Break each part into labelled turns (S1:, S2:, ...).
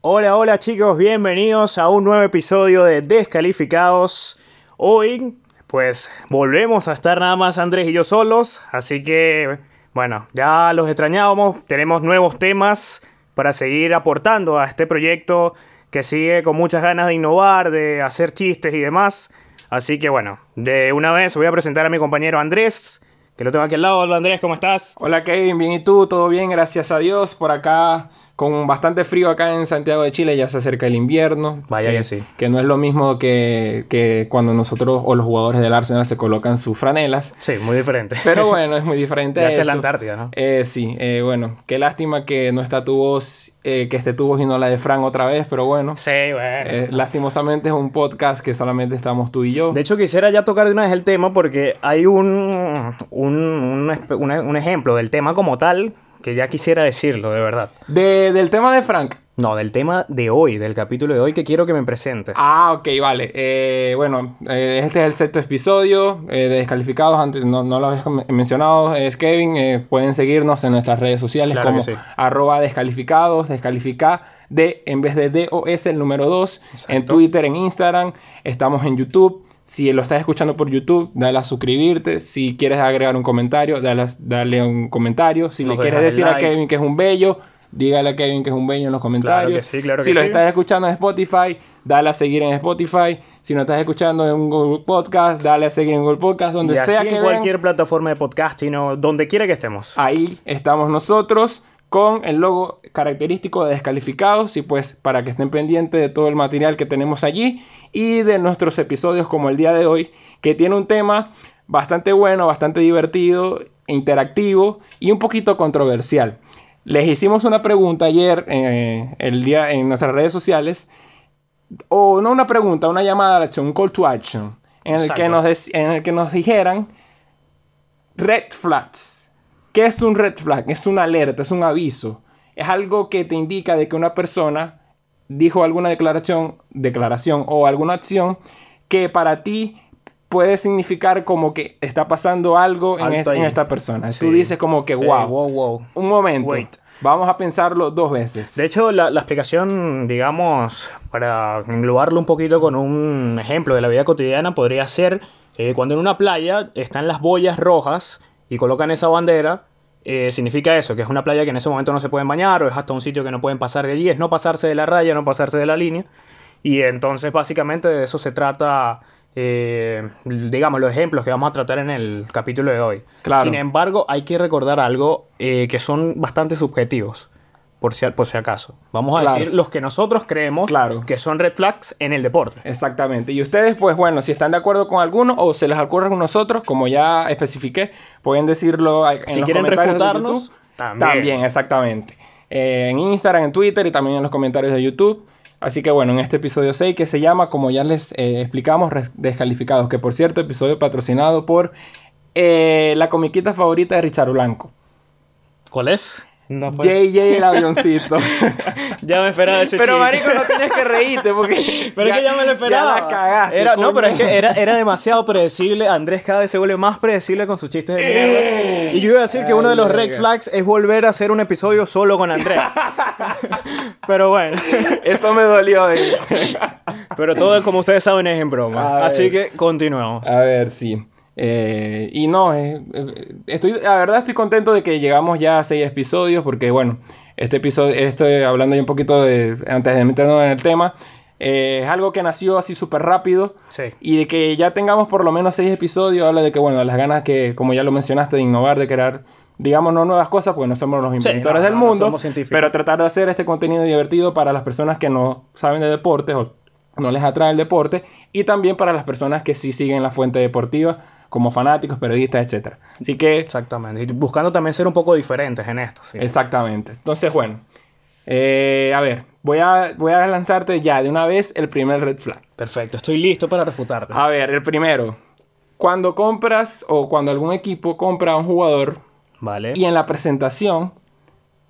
S1: Hola, hola chicos, bienvenidos a un nuevo episodio de Descalificados. Hoy, pues, volvemos a estar nada más Andrés y yo solos, así que, bueno, ya los extrañábamos, tenemos nuevos temas para seguir aportando a este proyecto que sigue con muchas ganas de innovar, de hacer chistes y demás. Así que bueno, de una vez voy a presentar a mi compañero Andrés, que lo tengo aquí al lado. Hola Andrés, ¿cómo estás?
S2: Hola Kevin, bien y tú, todo bien, gracias a Dios. Por acá, con bastante frío acá en Santiago de Chile, ya se acerca el invierno.
S1: Vaya
S2: que,
S1: que sí.
S2: Que no es lo mismo que, que cuando nosotros o los jugadores del Arsenal se colocan sus franelas.
S1: Sí, muy diferente.
S2: Pero bueno, es muy diferente.
S1: Ya
S2: a
S1: es la
S2: eso.
S1: Antártida, ¿no?
S2: Eh, sí, eh, bueno, qué lástima que no está tu voz, eh, que esté tu voz y no la de Fran otra vez, pero bueno.
S1: Sí, bueno.
S2: Eh, lastimosamente es un podcast que solamente estamos tú y yo.
S1: De hecho, quisiera ya tocar de una vez el tema porque hay un, un, un espe- una- un ejemplo del tema como tal que ya quisiera decirlo, de verdad.
S2: De- del tema de Frank.
S1: No, del tema de hoy, del capítulo de hoy que quiero que me presentes.
S2: Ah, ok, vale. Eh, bueno, eh, este es el sexto episodio eh, de Descalificados. Antes no, no lo habías men- mencionado, es Kevin. Eh, pueden seguirnos en nuestras redes sociales
S1: Claro
S2: como
S1: que sí.
S2: arroba descalificados, descalifica de en vez de DOS el número 2. En Twitter, en Instagram, estamos en YouTube. Si lo estás escuchando por YouTube, dale a suscribirte. Si quieres agregar un comentario, dale, a- dale un comentario. Si
S1: Nos
S2: le quieres
S1: dejas el
S2: decir a
S1: like.
S2: Kevin que es un bello, dígale a Kevin que es un bello en los comentarios.
S1: que sí, claro
S2: si
S1: que
S2: lo
S1: sí.
S2: estás escuchando en Spotify, dale a seguir en Spotify. Si no estás escuchando en Google Podcast, dale a seguir en Google Podcast. Donde
S1: y así
S2: sea
S1: en
S2: que Ah, ven,
S1: cualquier plataforma de podcasting o donde quiera que estemos.
S2: ahí estamos nosotros con el logo característico de Descalificados y pues para que estén pendientes de todo el material que tenemos allí y de nuestros episodios como el día de hoy, que tiene un tema bastante bueno, bastante divertido, interactivo y un poquito controversial. Les hicimos una pregunta ayer eh, el día en nuestras redes sociales o no una pregunta, una llamada a la acción, un call to action, en el, que
S1: Exacto.
S2: nos, dec- en el que nos dijeran red flags. ¿Qué es un red flag? Es una alerta, es un aviso. Es algo que te indica de que una persona dijo alguna declaración, declaración o alguna acción que para ti puede significar como que está pasando algo en,
S1: Alto
S2: es-
S1: ahí.
S2: en esta persona.
S1: Sí.
S2: Tú dices como que,
S1: Eh,
S2: wow,
S1: wow, wow.
S2: un momento,
S1: Wait.
S2: vamos a pensarlo dos veces.
S1: De hecho, la, la explicación, digamos, para englobarlo un poquito con un ejemplo de la vida cotidiana, podría ser eh, cuando en una playa están las boyas rojas y colocan esa bandera, eh, significa eso, que es una playa que en ese momento no se pueden bañar o es hasta un sitio que no pueden pasar de allí, es no pasarse de la raya, no pasarse de la línea. Y entonces, básicamente, de eso se trata, eh, digamos, los ejemplos que vamos a tratar en el capítulo de hoy.
S2: Claro.
S1: Sin embargo, hay que recordar algo eh, que son bastante subjetivos por si, por si acaso. Vamos a
S2: Claro.
S1: decir los que nosotros creemos
S2: Claro.
S1: que son red flags en el deporte.
S2: Exactamente. Y ustedes, pues bueno, si están de acuerdo con alguno o se les ocurre con nosotros, como ya especifiqué, pueden decirlo a- en
S1: Si
S2: los
S1: quieren
S2: comentarios de
S1: refutarnos,
S2: YouTube.
S1: también.
S2: exactamente. Eh, en Instagram, en Twitter y también en los comentarios de YouTube. Así que bueno, en este episodio 6 que se llama, como ya les eh, explicamos, Res- Descalificados, que por cierto, episodio patrocinado por eh, la comiquita favorita de Richard Blanco.
S1: ¿Cuál es?
S2: JJ el avioncito.
S1: pues. ya me esperaba ese
S2: pero
S1: chiste.
S2: marico, no tienes que reírte porque...
S1: Pero es que ya me lo esperaba.
S2: Ya la cagaste,
S1: Era- no,
S2: coño.
S1: pero es que era, era demasiado predecible. Andrés cada vez se vuelve más predecible con sus chistes de mierda. Y yo iba a decir que uno de
S2: Ay,
S1: los
S2: verga.
S1: red flags es volver a hacer un episodio solo con Andrés. pero bueno.
S2: Eso me dolió. eh.
S1: Pero todo, como ustedes saben, es en broma.
S2: A
S1: Así
S2: ver.
S1: que continuemos.
S2: A ver, sí. Eh, y no, eh, eh, estoy, la verdad estoy contento de que llegamos ya a seis episodios, porque bueno, este episodio, estoy hablando ya un poquito de, antes de meternos en el tema, eh, es algo que nació así súper rápido.
S1: Sí.
S2: Y de que ya tengamos por lo menos seis episodios, habla de que, bueno, las ganas que, como ya lo mencionaste, de innovar, de crear, digamos, no nuevas cosas, porque no somos los
S1: Sí,
S2: inventores
S1: no,
S2: del
S1: no, no
S2: mundo,
S1: somos científicos.
S2: pero tratar de hacer este contenido divertido para las personas que no saben de deportes o no les atrae el deporte, y también para las personas que sí siguen la fuente deportiva, como fanáticos, periodistas, etcétera. Así que,
S1: Exactamente. Y buscando también ser un poco diferentes en esto. sí.
S2: exactamente. Entonces, bueno, eh, a ver, voy a, voy a lanzarte ya de una vez el primer red flag.
S1: Perfecto. Estoy listo para refutarte.
S2: A ver, el primero. Cuando compras o cuando algún equipo compra a un jugador
S1: Vale.
S2: y en la presentación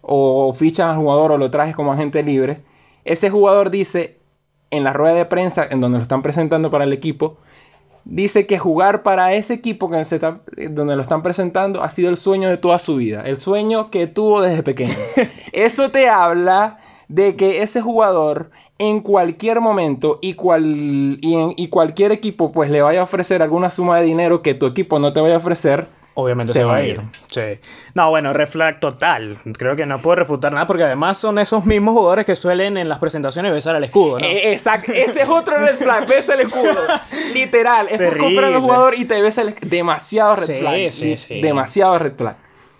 S2: o fichas al jugador o lo traes como agente libre, ese jugador dice en la rueda de prensa en donde lo están presentando para el equipo, dice que jugar para ese equipo que se está- eh, donde lo están presentando ha sido el sueño de toda su vida, el sueño que tuvo desde pequeño. Eso te habla de que ese jugador en cualquier momento y, cual, y, en- y cualquier equipo pues le vaya a ofrecer alguna suma de dinero que tu equipo no te vaya a ofrecer,
S1: Obviamente se, va a ir. Sí. No, bueno, red flag total. Creo que no puedo refutar nada porque además son esos mismos jugadores que suelen en las presentaciones besar al escudo, ¿no?
S2: Eh, exacto, ese es otro red flag, ves el escudo. Literal, estás
S1: Terrible.
S2: comprando un jugador y te ves el demasiado red
S1: Sí,
S2: flag.
S1: sí,
S2: y-
S1: sí.
S2: Demasiado red flag.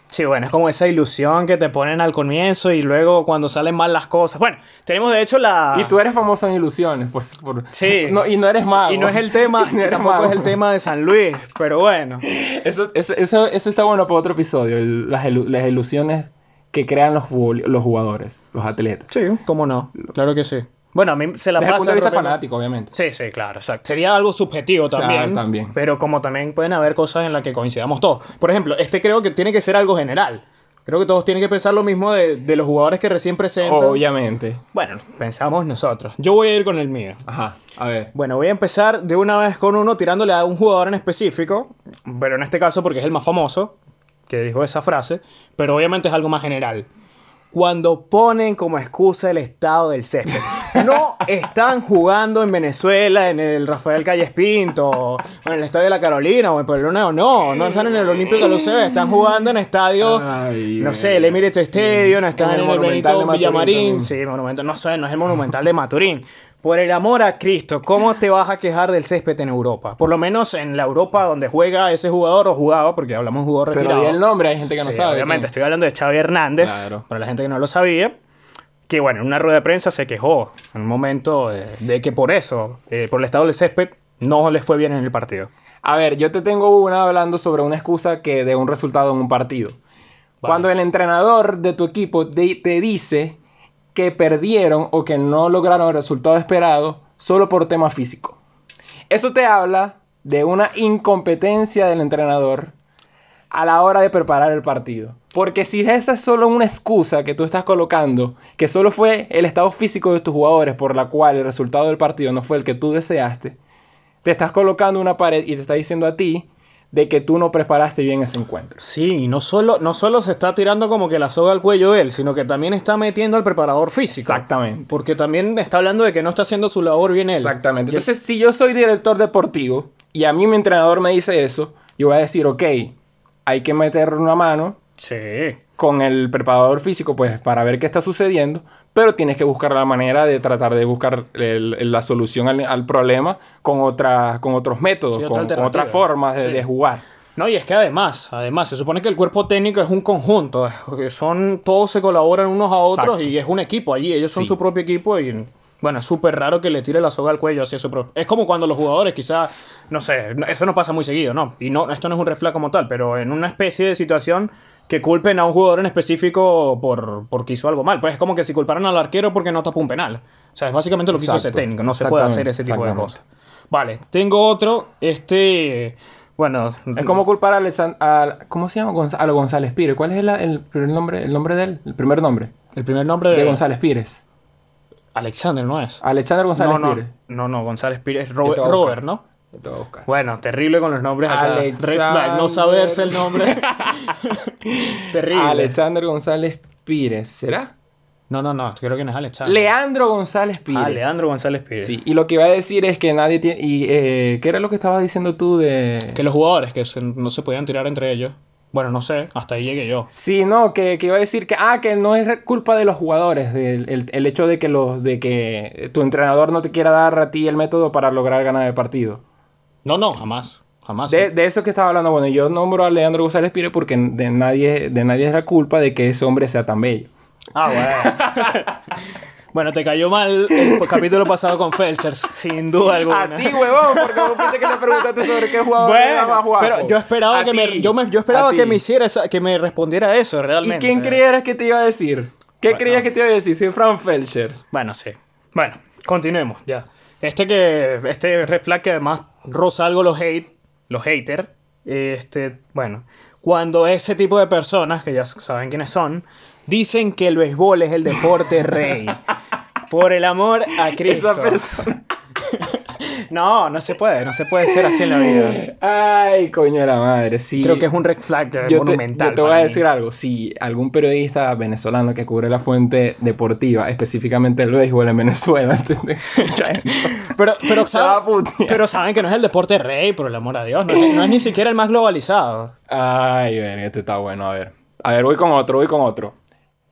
S1: Sí, bueno, es como esa ilusión que te ponen al comienzo y luego cuando salen mal las cosas. Bueno, tenemos de hecho la...
S2: Y tú eres famoso en ilusiones, pues por-
S1: Ah. Sí.
S2: no- y no eres mago.
S1: Y no es el tema,
S2: Y no eres
S1: tampoco
S2: mago.
S1: es el tema de San Luis, pero bueno.
S2: Eso, eso, eso, eso está bueno para otro episodio, el- las, ilu- las ilusiones que crean los, futbol- los jugadores, los atletas.
S1: Sí, cómo no, claro que sí. Bueno, a mí se la
S2: Desde el punto
S1: pasa...
S2: de vista
S1: Roberto.
S2: fanático, obviamente.
S1: Sí, sí, claro, exacto. Sería algo subjetivo
S2: O sea,
S1: también,
S2: también.
S1: Pero como también pueden haber cosas en las que coincidamos todos. Por ejemplo, este creo que tiene que ser algo general. Creo que todos tienen que pensar lo mismo de, de los jugadores que recién presentan.
S2: Obviamente.
S1: Bueno, pensamos nosotros. Yo voy a ir con el mío.
S2: Ajá, a ver.
S1: Bueno, voy a empezar de una vez con uno tirándole a un jugador en específico, pero en este caso porque es el más famoso que dijo esa frase, pero obviamente es algo más general. Cuando ponen como excusa el estado del césped. No están jugando en Venezuela, en el Rafael Calles Pinto, o en el Estadio de la Carolina, o en Pueblo No, no están en el Olímpico de Lucebe, están jugando en estadios,
S2: Ay,
S1: no sé,
S2: güey.
S1: el Emirates Stadium,
S2: Sí.
S1: están
S2: En
S1: en
S2: el
S1: el,
S2: Monumental
S1: Benito
S2: de Maturín
S1: Villamarín,
S2: también.
S1: sí, el monumento, no sé, no es el monumental de Maturín. Por el amor a Cristo, ¿cómo te vas a quejar del césped en Europa? Por lo menos en la Europa donde juega ese jugador o jugaba, porque hablamos de un jugador
S2: Pero
S1: retirado.
S2: di el nombre, hay gente que no
S1: Sí,
S2: sabe.
S1: obviamente,
S2: ¿quién?
S1: estoy hablando de Xavi Hernández,
S2: Claro.
S1: para la gente que no lo sabía, que bueno, en una rueda de prensa se quejó en un momento de, de que por eso, eh, por el estado del césped, no les fue bien en el partido.
S2: A ver, yo te tengo una hablando sobre una excusa que de un resultado en un partido. Cuando el entrenador de tu equipo de- te dice que perdieron o que no lograron el resultado esperado solo por tema físico. Eso te habla de una incompetencia del entrenador a la hora de preparar el partido. Porque si esa es solo una excusa que tú estás colocando, que solo fue el estado físico de tus jugadores por la cual el resultado del partido no fue el que tú deseaste, te estás colocando una pared y te está diciendo a ti de que tú no preparaste bien ese encuentro.
S1: Sí, y no solo, no solo se está tirando como que la soga al cuello de él, sino que también está metiendo al preparador físico.
S2: Exactamente.
S1: Porque también está hablando de que no está haciendo su labor bien él.
S2: Exactamente. Entonces, si yo soy director deportivo y a mí mi entrenador me dice eso, yo voy a decir, ok, hay que meter una mano
S1: Sí.
S2: con el preparador físico, pues para ver qué está sucediendo, pero tienes que buscar la manera de tratar de buscar el- el- la solución al, al problema con, otra, con otros métodos,
S1: Sí, otra
S2: con, con
S1: alternativa.
S2: otras formas de,
S1: Sí.
S2: de jugar.
S1: No, y es que además, además, se supone que el cuerpo técnico es un conjunto. eh, Son, todos se colaboran unos a otros
S2: Exacto.
S1: y es un equipo allí. Ellos son
S2: Sí.
S1: su propio equipo y bueno, es súper raro que le tire la soga al cuello así a su propio. Es como cuando los jugadores, quizás, no sé, no- eso no pasa muy seguido, ¿no? Y no, esto no es un reflejo como tal, pero en una especie de situación que culpen a un jugador en específico por porque hizo algo mal. Pues es como que si culparan al arquero porque no tapó un penal. O sea, es básicamente lo que hizo ese
S2: Exacto,
S1: técnico. No se puede hacer
S2: exactamente,
S1: ese tipo de
S2: exactamente.
S1: cosas. Vale, tengo otro. Este. Bueno,
S2: Es como culpar a, Alexan- a- ¿cómo se llama? Gonz- a lo González Pires. ¿Cuál es el, el primer nombre, el nombre de él? El primer nombre
S1: El primer nombre
S2: de González Pires.
S1: Alexander, ¿no es?
S2: Alexander González
S1: no, no,
S2: Pires.
S1: no, no, González Pires. Robert,
S2: Toca.
S1: Robert, ¿no?
S2: Te voy a buscar.
S1: Bueno, terrible con los nombres acá. Red flag, no
S2: Alexander.
S1: saberse el nombre. terrible.
S2: Alexander González Pires, ¿será?
S1: No, no, no, creo que no es Alexander.
S2: Leandro González Pires.
S1: Ah, Leandro González Pires.
S2: Sí, y lo que iba a decir es que nadie tiene... Y, eh, ¿Qué era lo que estabas diciendo tú de...?
S1: Que los jugadores que se- no se podían tirar entre ellos. Bueno, no sé, hasta ahí llegué yo.
S2: Sí, no, que, que iba a decir que... Ah, que no es culpa de los jugadores, del, el, el hecho de que, los, de que tu entrenador no te quiera dar a ti el método para lograr ganar el partido.
S1: No, no, jamás. Jamás.
S2: De, de eso que estaba hablando, bueno, yo nombro a Leandro González Pires porque de nadie, de nadie es la culpa de que ese hombre sea tan bello.
S1: Ah, bueno. bueno, te cayó mal el capítulo pasado con Felsers, sin duda alguna.
S2: A ti, huevón, porque vos fuiste que le preguntaste sobre qué jugador era más guapo.
S1: pero yo esperaba
S2: A
S1: que me
S2: ti,
S1: yo, me yo esperaba
S2: a
S1: que
S2: ti.
S1: me hiciera esa- que me respondiera eso
S2: ¿Y
S1: realmente.
S2: quién creeras que te iba a decir? ¿Qué
S1: Bueno.
S2: creías que te iba a decir? Si Fran Felcher.
S1: Bueno, sí. Bueno, continuemos ya. Este que este red flag que además roza algo los hate, los haters, este, bueno, cuando ese tipo de personas que ya saben quiénes son, dicen que el béisbol es el deporte rey. Por el amor a Cristo.
S2: Esa persona.
S1: No, no se puede, no se puede ser así en la vida.
S2: Ay, coño de la madre, sí.
S1: Creo que es un red flag eh,
S2: yo te-
S1: monumental.
S2: yo Te, voy
S1: para
S2: a
S1: mí.
S2: decir algo. Si algún periodista venezolano que cubre la fuente deportiva, específicamente el béisbol en Venezuela, ¿entendés?
S1: Pero, pero,
S2: Se va a
S1: saben,
S2: putear.
S1: pero saben que no es el deporte rey, por el amor a Dios. No es, no es ni siquiera el más globalizado.
S2: Ay, ven, este está bueno. A ver. A ver, voy con otro, voy con otro.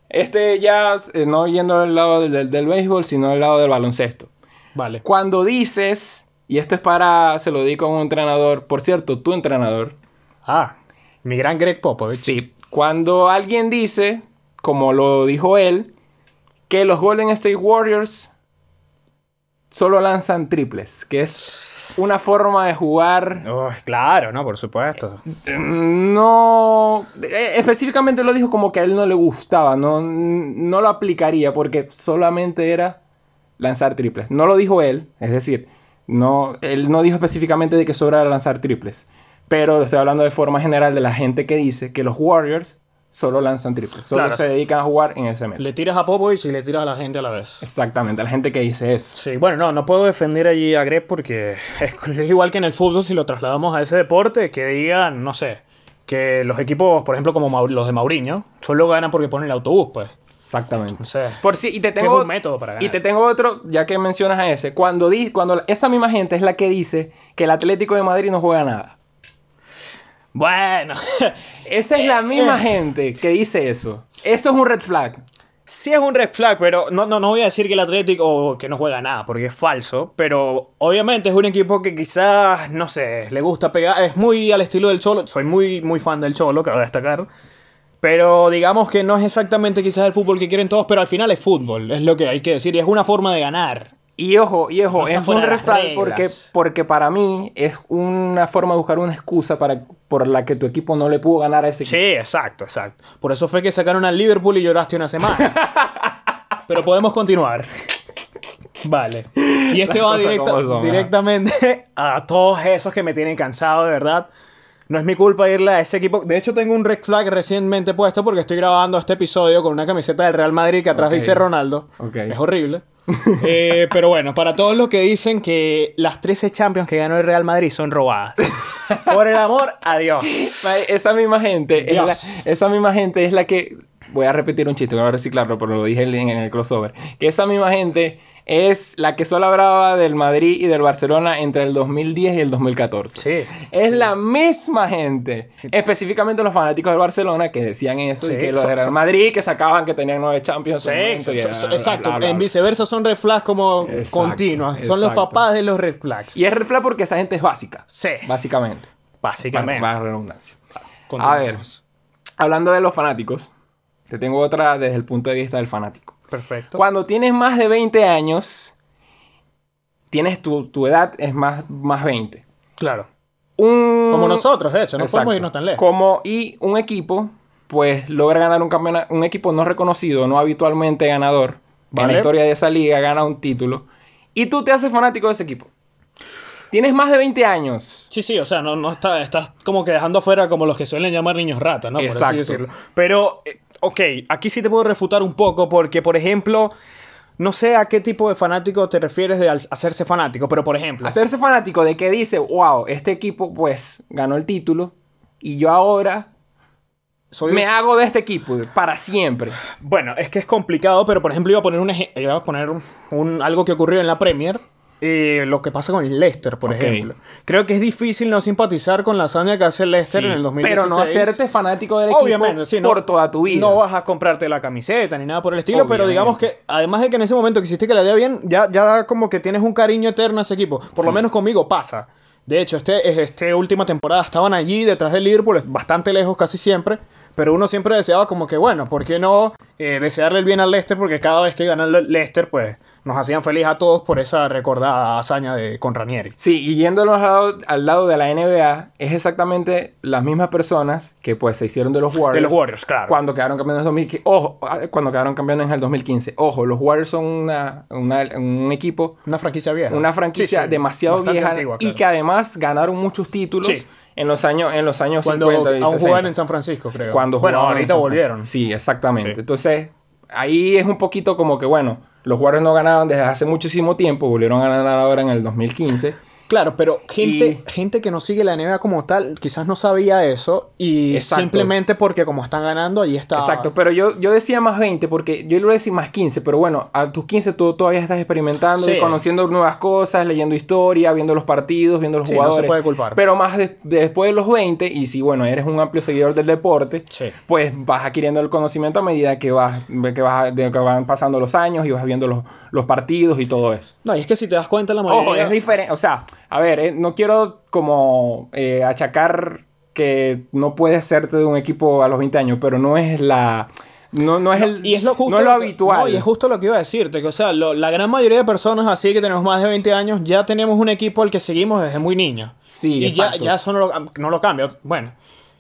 S2: Este ya, eh, no yendo al lado del- del, del béisbol, sino al lado del baloncesto.
S1: Vale.
S2: Cuando dices, y esto es para, se lo digo a un entrenador, por cierto, tu entrenador,
S1: Ah, mi gran Greg Popovich.
S2: Sí, cuando alguien dice, como lo dijo él, que los Golden State Warriors solo lanzan triples, que es una forma de jugar.
S1: Oh, claro, no, por supuesto.
S2: eh, No. eh, Específicamente lo dijo como que a él no le gustaba, no, no lo aplicaría porque solamente era lanzar triples. No lo dijo él, es decir, no, él no dijo específicamente de que sobra lanzar triples. Pero estoy hablando de forma general de la gente que dice que los Warriors solo lanzan triples, solo
S1: Claro.
S2: se dedican a jugar en ese método.
S1: Le tiras a Popovich y le tiras a la gente a la vez.
S2: Exactamente, la gente que dice eso.
S1: Sí, bueno, no, no puedo defender allí a Greg porque es, es igual que en el fútbol si lo trasladamos a ese deporte, que digan, no sé, que los equipos, por ejemplo, como Mau- los de Mauriño, solo ganan porque ponen el autobús, pues.
S2: Exactamente.
S1: No sé.
S2: Por si, y te
S1: Que
S2: tengo
S1: es un método para ganar.
S2: Y te tengo otro, ya que mencionas a ese. Cuando, di- cuando esa misma gente es la que dice que el Atlético de Madrid no juega nada.
S1: Bueno,
S2: Esa es la misma
S1: eh.
S2: gente que dice eso. Eso es un red flag.
S1: sí es un red flag, pero no, no, no voy a decir que el Atlético que no juega nada, porque es falso, pero obviamente es un equipo que quizás, no sé, le gusta pegar, es muy al estilo del Cholo, soy muy, muy fan del Cholo, cabe destacar. Pero digamos que no es exactamente quizás el fútbol que quieren todos, pero al final es fútbol, es lo que hay que decir, y es una forma de ganar.
S2: Y ojo, y ojo,
S1: No está
S2: es
S1: fuera de
S2: un red
S1: las
S2: flag porque,
S1: reglas.
S2: porque para mí es una forma de buscar una excusa para, por la que tu equipo no le pudo ganar a ese
S1: Sí,
S2: equipo.
S1: exacto, exacto. Por eso fue que sacaron al Liverpool y lloraste una semana. Pero podemos continuar. Vale. Y este
S2: Las
S1: va
S2: cosas
S1: directa-
S2: como son, ajá.
S1: directamente a todos esos que me tienen cansado, de verdad. No es mi culpa irle a ese equipo. De hecho, tengo un red flag recientemente puesto porque estoy grabando este episodio con una camiseta del Real Madrid que atrás
S2: Ok.
S1: dice Ronaldo.
S2: Ok.
S1: Es horrible. Eh, pero bueno, para todos los que dicen que las 13 Champions que ganó el Real Madrid son robadas. Por el amor, adiós.
S2: Mae, Esa misma gente, es la,
S1: Dios.
S2: esa misma gente es la que voy a repetir un chiste, voy a reciclarlo, pero lo dije en, en el crossover. Que esa misma gente es la que solo hablaba del Madrid y del Barcelona entre el 2010 y el 2014.
S1: Sí.
S2: Es la misma gente, específicamente los fanáticos del Barcelona que decían eso
S1: Sí,
S2: y que los
S1: so-
S2: del Real
S1: so-
S2: Madrid que sacaban que tenían nueve Champions.
S1: Sí,
S2: en su momento, y
S1: so-
S2: bla,
S1: so-
S2: bla,
S1: exacto.
S2: bla, bla,
S1: En
S2: bla.
S1: viceversa son red flags como
S2: Exacto,
S1: continuas. Son los
S2: exacto.
S1: papás de los red flags.
S2: Y es red flag porque esa gente es básica,
S1: Sí,
S2: básicamente.
S1: básicamente.
S2: Más redundancia.
S1: Continuamos.
S2: A ver. Hablando de los fanáticos, te tengo otra desde el punto de vista del fanático.
S1: Perfecto.
S2: Cuando tienes más de 20 años, tienes tu, tu edad es más, más 20.
S1: Claro.
S2: Un-
S1: Como nosotros, de hecho. No
S2: Mm, Exacto.
S1: podemos irnos tan lejos.
S2: Como y un equipo, pues logra ganar un campeonato, un equipo no reconocido, no habitualmente ganador en
S1: Vale.
S2: la historia de esa liga, gana un título y tú te haces fanático de ese equipo. Tienes más de 20 años.
S1: Sí, sí, o sea, no, no está, estás como que dejando afuera como los que suelen llamar niños ratas, ¿no? Por así
S2: Exacto.
S1: decirlo. Pero, eh, ok, aquí sí te puedo refutar un poco porque, por ejemplo, no sé a qué tipo de fanático te refieres de al- hacerse fanático, pero por ejemplo...
S2: Hacerse fanático de que dice, wow, este equipo pues ganó el título y yo ahora
S1: soy
S2: me
S1: un-
S2: hago de este equipo para siempre.
S1: Bueno, es que es complicado, pero por ejemplo iba a poner un ej- iba a poner un- un- algo que ocurrió en la Premier. eh, lo que pasa con el Leicester, por
S2: Ok.
S1: ejemplo. Creo que es difícil no simpatizar con la hazaña que hace el Leicester
S2: Sí,
S1: en el 2016.
S2: pero no hacerte fanático del
S1: Obviamente,
S2: equipo
S1: sí, no-
S2: por toda tu vida.
S1: No vas a comprarte la camiseta ni nada por el estilo, pero
S2: Obviamente.
S1: digamos que además de que en ese momento quisiste que le haya bien, ya, ya como que tienes un cariño eterno a ese equipo. Por lo
S2: Sí.
S1: menos conmigo pasa. De hecho, este, es- este última temporada estaban allí detrás del Liverpool, bastante lejos casi siempre, pero uno siempre deseaba como que, bueno, ¿por qué no eh, desearle el bien al Leicester? Porque cada vez que ganan el Leicester, pues nos hacían feliz a todos por esa recordada hazaña de con Ranieri.
S2: Sí, y yéndonos al lado, al lado de la NBA, es exactamente las mismas personas que pues se hicieron de los Warriors.
S1: De los Warriors, claro.
S2: Cuando quedaron campeones en 2015. Ojo, ah, cuando quedaron campeones en el 2015. Ojo, los Warriors son una, una- un equipo,
S1: Una franquicia vieja.
S2: una franquicia
S1: Sí, sí,
S2: demasiado
S1: bastante
S2: vieja
S1: antigua,
S2: y
S1: claro.
S2: que además ganaron muchos títulos
S1: Sí.
S2: en los años, en los años
S1: cuando
S2: 50 y
S1: aún
S2: 60.
S1: jugaban en San Francisco, creo.
S2: Cuando
S1: bueno,
S2: jugaban en
S1: ahorita
S2: San Francisco.
S1: volvieron.
S2: Sí, exactamente.
S1: Sí.
S2: Entonces, ahí es un poquito como que, bueno, Los Warriors no ganaban desde hace muchísimo tiempo, volvieron a ganar ahora en el 2015.
S1: Claro, pero gente, gente que no sigue la NBA como tal, quizás no sabía eso y
S2: Exacto.
S1: simplemente porque como están ganando, ahí está.
S2: Exacto, pero yo, yo decía más 20 porque yo iba a decir más 15, pero bueno, a tus 15 tú todavía estás experimentando,
S3: Sí.
S2: y conociendo nuevas cosas, leyendo historia, viendo los partidos, viendo los
S1: Sí, no
S2: jugadores.
S1: se puede culpar.
S2: Pero más de- después de los 20, y si bueno, eres un amplio seguidor del deporte,
S1: Sí.
S2: pues vas adquiriendo el conocimiento a medida que vas que vas de- que van pasando los años y vas viendo los, los partidos y todo eso.
S1: No, y es que si te das cuenta, la mayoría.
S2: Ojo, es diferente. O sea, a ver, eh, no quiero como eh, achacar que no puedes serte de un equipo a los 20 años, pero no es la. No, no es el.
S1: y es lo justo
S2: no es lo
S1: que-
S2: habitual.
S1: no, y es justo lo que iba a decirte, que o sea, lo- la gran mayoría de personas así que tenemos más de 20 años, ya tenemos un equipo al que seguimos desde muy niños.
S2: Sí,
S1: y ya,
S2: exacto.
S1: ya eso no lo, ah, no lo cambia. Bueno,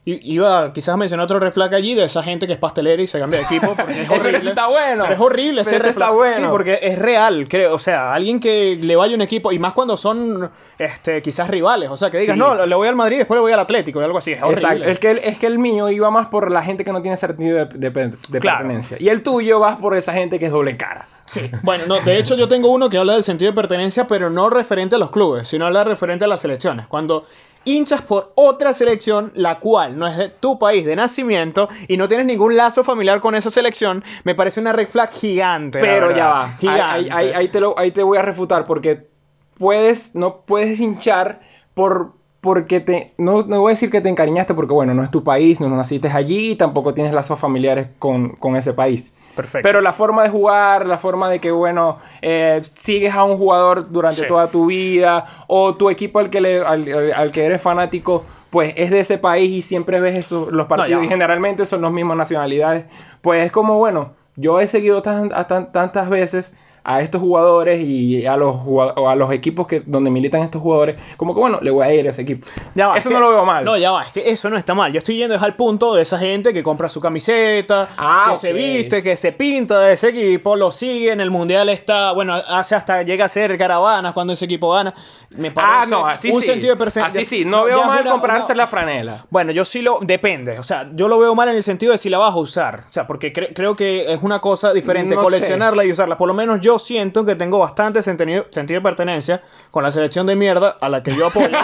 S1: i- iba quizás a mencionar otro reflac allí de esa gente que es pastelera y se cambia de equipo porque es
S2: Pero
S1: horrible.
S2: ese está bueno.
S1: Pero es horrible ese
S2: Pero ese está
S1: reflag.
S2: bueno.
S1: Sí, porque es real, creo. O sea, alguien que le vaya a un equipo, y más cuando son este, quizás rivales. O sea, que digas,
S2: Sí.
S1: no, le voy al Madrid y después le voy al Atlético y algo así. Es horrible.
S2: Exacto. Es que, el, es que el mío iba más por la gente que no tiene sentido de, de, pe- de
S1: Claro.
S2: pertenencia. Y el tuyo vas por esa gente que es doble cara.
S1: Sí. Bueno, no, de hecho yo tengo uno que habla del sentido de pertenencia, pero no referente a los clubes, sino habla referente a las selecciones. Cuando hinchas por otra selección, la cual no es de tu país de nacimiento y no tienes ningún lazo familiar con esa selección, me parece una red flag gigante. la
S2: Pero ya
S1: verdad.
S2: va. Ahí, ahí-
S1: Gigante.
S2: ahí- ahí te lo, ahí te voy a refutar porque puedes, no puedes hinchar por porque te no, no voy a decir que te encariñaste porque bueno, no es tu país, no naciste allí y tampoco tienes lazos familiares con, con ese país.
S1: Perfecto.
S2: Pero la forma de jugar, la forma de que, bueno, eh, sigues a un jugador durante
S3: Sí.
S2: toda tu vida, o tu equipo al que, le, al, al- al que eres fanático, pues es de ese país y siempre ves eso, los partidos
S1: ya.
S2: y generalmente son las mismas nacionalidades. Pues es como, bueno, yo he seguido tan- a tan- tantas veces a estos jugadores y a los, jugado- o a los equipos que, donde militan estos jugadores, como que, bueno, le voy a ir a ese equipo.
S1: Ya va,
S2: eso
S1: es
S2: no
S1: que-
S2: lo veo mal.
S1: No, ya va, es que eso no está mal. Yo estoy yendo es al punto de esa gente que compra su camiseta,
S2: Ah,
S1: que
S2: ok.
S1: se viste, que se pinta de ese equipo, lo sigue en el mundial está, bueno, hace hasta llega a ser caravanas cuando ese equipo gana. Me parece
S2: Ah, no, así
S1: un
S2: sí.
S1: sentido de perse-
S2: Así
S1: ya-
S2: sí, no,
S1: ya
S2: veo
S1: es
S2: mal
S1: una-
S2: comprarse
S1: una-
S2: la franela.
S1: bueno, yo sí lo. Depende. O sea, yo lo veo mal en el sentido de si la vas a usar. O sea, porque cre- creo que es una cosa diferente
S2: No sé.
S1: coleccionarla y usarla. Por lo menos yo siento que tengo bastante sentido, sentido de pertenencia con la selección de mierda a la que yo apoyo.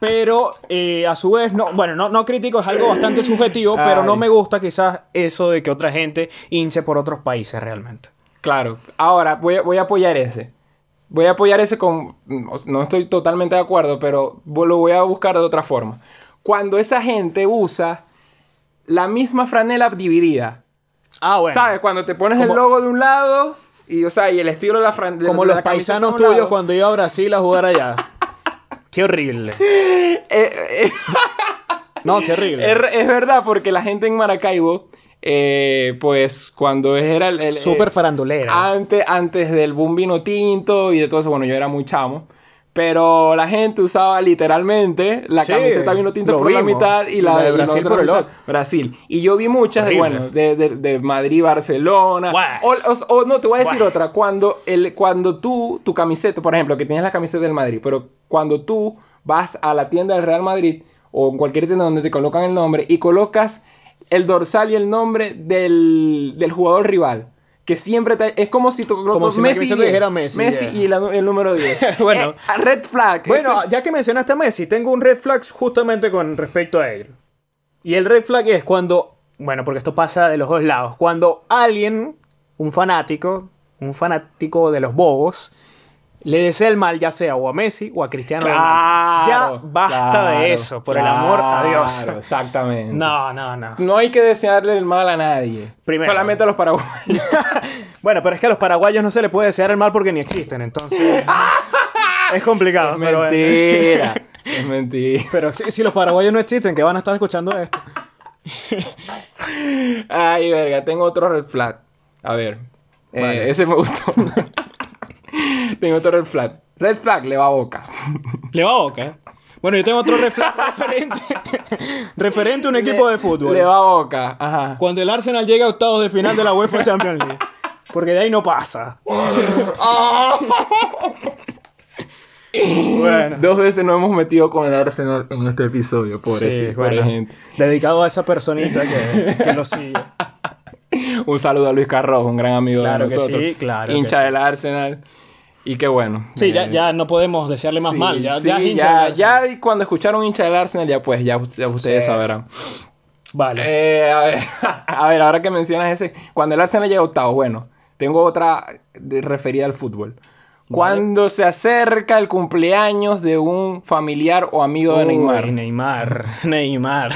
S1: pero eh, a su vez, no, bueno, no, no critico, es algo bastante subjetivo, pero no
S2: Ay.
S1: me gusta quizás eso de que otra gente hinche por otros países realmente.
S2: Claro, ahora voy, a- voy a apoyar ese. Voy a apoyar ese con... No no estoy totalmente de acuerdo, pero vo- lo voy a buscar de otra forma. Cuando esa gente usa la misma franela dividida.
S1: Ah, bueno.
S2: ¿Sabes? Cuando te pones el
S1: Como-
S2: logo de un lado y, o sea, y el estilo de la franela...
S1: Como los paisanos tuyos cuando iba a Brasil a jugar allá. qué horrible. No, qué horrible.
S2: Es, Eh, es verdad, porque la gente en Maracaibo, eh, pues cuando era el... el-
S1: Súper farandulera.
S2: Antes, antes del boom vino tinto y de todo eso, bueno, yo era muy chamo. Pero la gente usaba literalmente la
S1: Sí,
S2: camiseta vino tinto
S1: lo
S2: por la
S1: vimos.
S2: mitad y la,
S1: La de
S2: y la
S1: Brasil
S2: otra
S1: por el
S2: mitad,
S1: otro.
S2: Brasil. Y yo vi muchas, de,
S3: Horrible.
S2: bueno, de, de- de Madrid, Barcelona.
S3: Guau.
S2: O, o- o no, te voy a decir
S3: Guau.
S2: otra. Cuando, el, cuando tú, tu camiseta, por ejemplo, que tienes la camiseta del Madrid, pero cuando tú vas a la tienda del Real Madrid o en cualquier tienda donde te colocan el nombre y colocas el dorsal y el nombre del, del jugador rival. Que siempre te- es como si tú
S1: Como si la
S2: Messi,
S1: camiseta
S2: 10,
S1: dijera Messi, yeah.
S2: y la- el número 10.
S1: Bueno.
S2: Eh, red flag.
S1: Bueno,
S2: Ese-
S1: ya que mencionaste a Messi, tengo un red flag justamente con respecto a él. Y el red flag es cuando, bueno, porque esto pasa de los dos lados, cuando alguien, un fanático, un fanático de los bobos, le desea el mal ya sea o a Messi o a Cristiano Ronaldo.
S2: Claro,
S1: Ya basta
S2: claro,
S1: de eso, por el amor a Dios.
S2: claro, Exactamente.
S1: No, no, no.
S2: No hay que desearle el mal a nadie.
S1: Primero.
S2: Solamente a los paraguayos.
S1: Bueno, pero es que a los paraguayos no se le puede desear el mal porque ni existen, entonces... es complicado, Ah, pero bueno.
S2: mentira. es mentira.
S1: Pero si, si los paraguayos no existen, que van a estar escuchando esto?
S2: Ay, verga, tengo otro red flag. A ver. eh,
S1: Vale.
S2: ese me gustó. tengo otro red flag. Red flag le va a boca.
S1: Le va a Boca. ¿eh? Bueno, yo tengo otro reflejo referente, referente a un equipo de fútbol.
S2: Le va a boca. Ajá.
S1: Cuando el Arsenal llega a octavos de final de la UEFA Champions League. Porque de ahí no pasa. Ah. Bueno.
S2: Dos veces nos hemos metido con el Arsenal en este episodio, pobrecito,
S1: Sí, bueno.
S2: pobre gente.
S1: Dedicado a esa personita que, que lo sigue.
S2: un saludo a Luis Carrojo, un gran amigo
S1: Claro
S2: de
S1: que
S2: nosotros.
S1: sí, claro que
S2: Hincha
S1: sí.
S2: del Arsenal. Y qué bueno.
S1: Sí, ya,
S2: Eh,
S1: ya no podemos desearle más
S2: sí,
S1: mal. Ya,
S2: sí,
S1: ya es hincha
S2: ya,
S1: del Arsenal.
S2: ya cuando escucharon hincha del Arsenal, ya pues, ya, ya ustedes
S1: Sí.
S2: sabrán.
S1: Vale.
S2: Eh, a, ver, a ver, ahora que mencionas ese, cuando el Arsenal llega a octavo, bueno, tengo otra de- referida al fútbol. Cuando se acerca el cumpleaños de un familiar o amigo de
S1: Uy,
S2: Neymar.
S1: Neymar. Neymar.